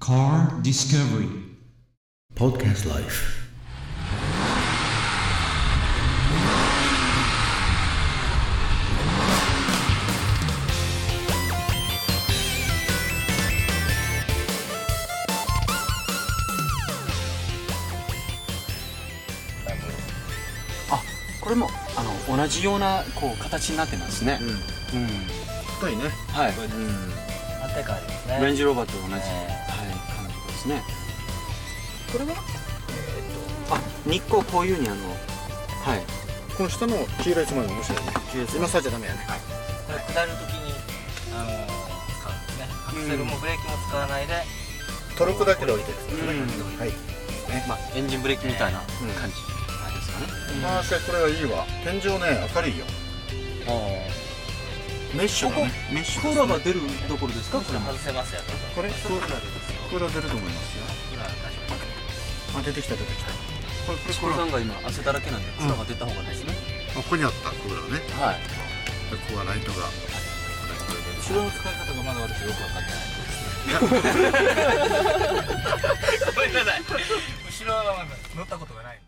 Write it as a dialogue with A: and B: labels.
A: Car Discovery
B: Podcast Life
C: これもあの同じようなこう形になってますね
B: う、ん
C: うん
B: 深いね
C: はい
B: うん
D: 安定感ありますね
C: レンジローバーと同じ、はい
D: ね、
C: 感じですね
D: これは
C: あ日光こういうにあのはい
B: この下の黄色いつまみ面白いね今さじゃダメやね
D: これ下るときにあのー使うんですねアクセルもブレーキも使わないで、
B: トルクだけで置いてる
C: うん
B: はい
C: まあ、エンジンブレーキみたいな感じですかね、
B: まあしかしこれはいいわ天井ね明るいよメッシュだねメッシュですね
C: 出るところですかこれも
D: 外せますよ
B: これクーラー
D: 出ますよ
B: クーラー出ると思いますよ
D: 今確
B: あ
D: かに
B: 出てきた出てきたこれこれ
C: 志保さんが今汗だらけなんで空が出た方がいいですね、
B: あここにあったクーラーね
C: はい
B: でここはライトが
C: 後ろの使い方がまだ私よく分かってない
D: ごめんなさい後ろはまだ乗ったことがない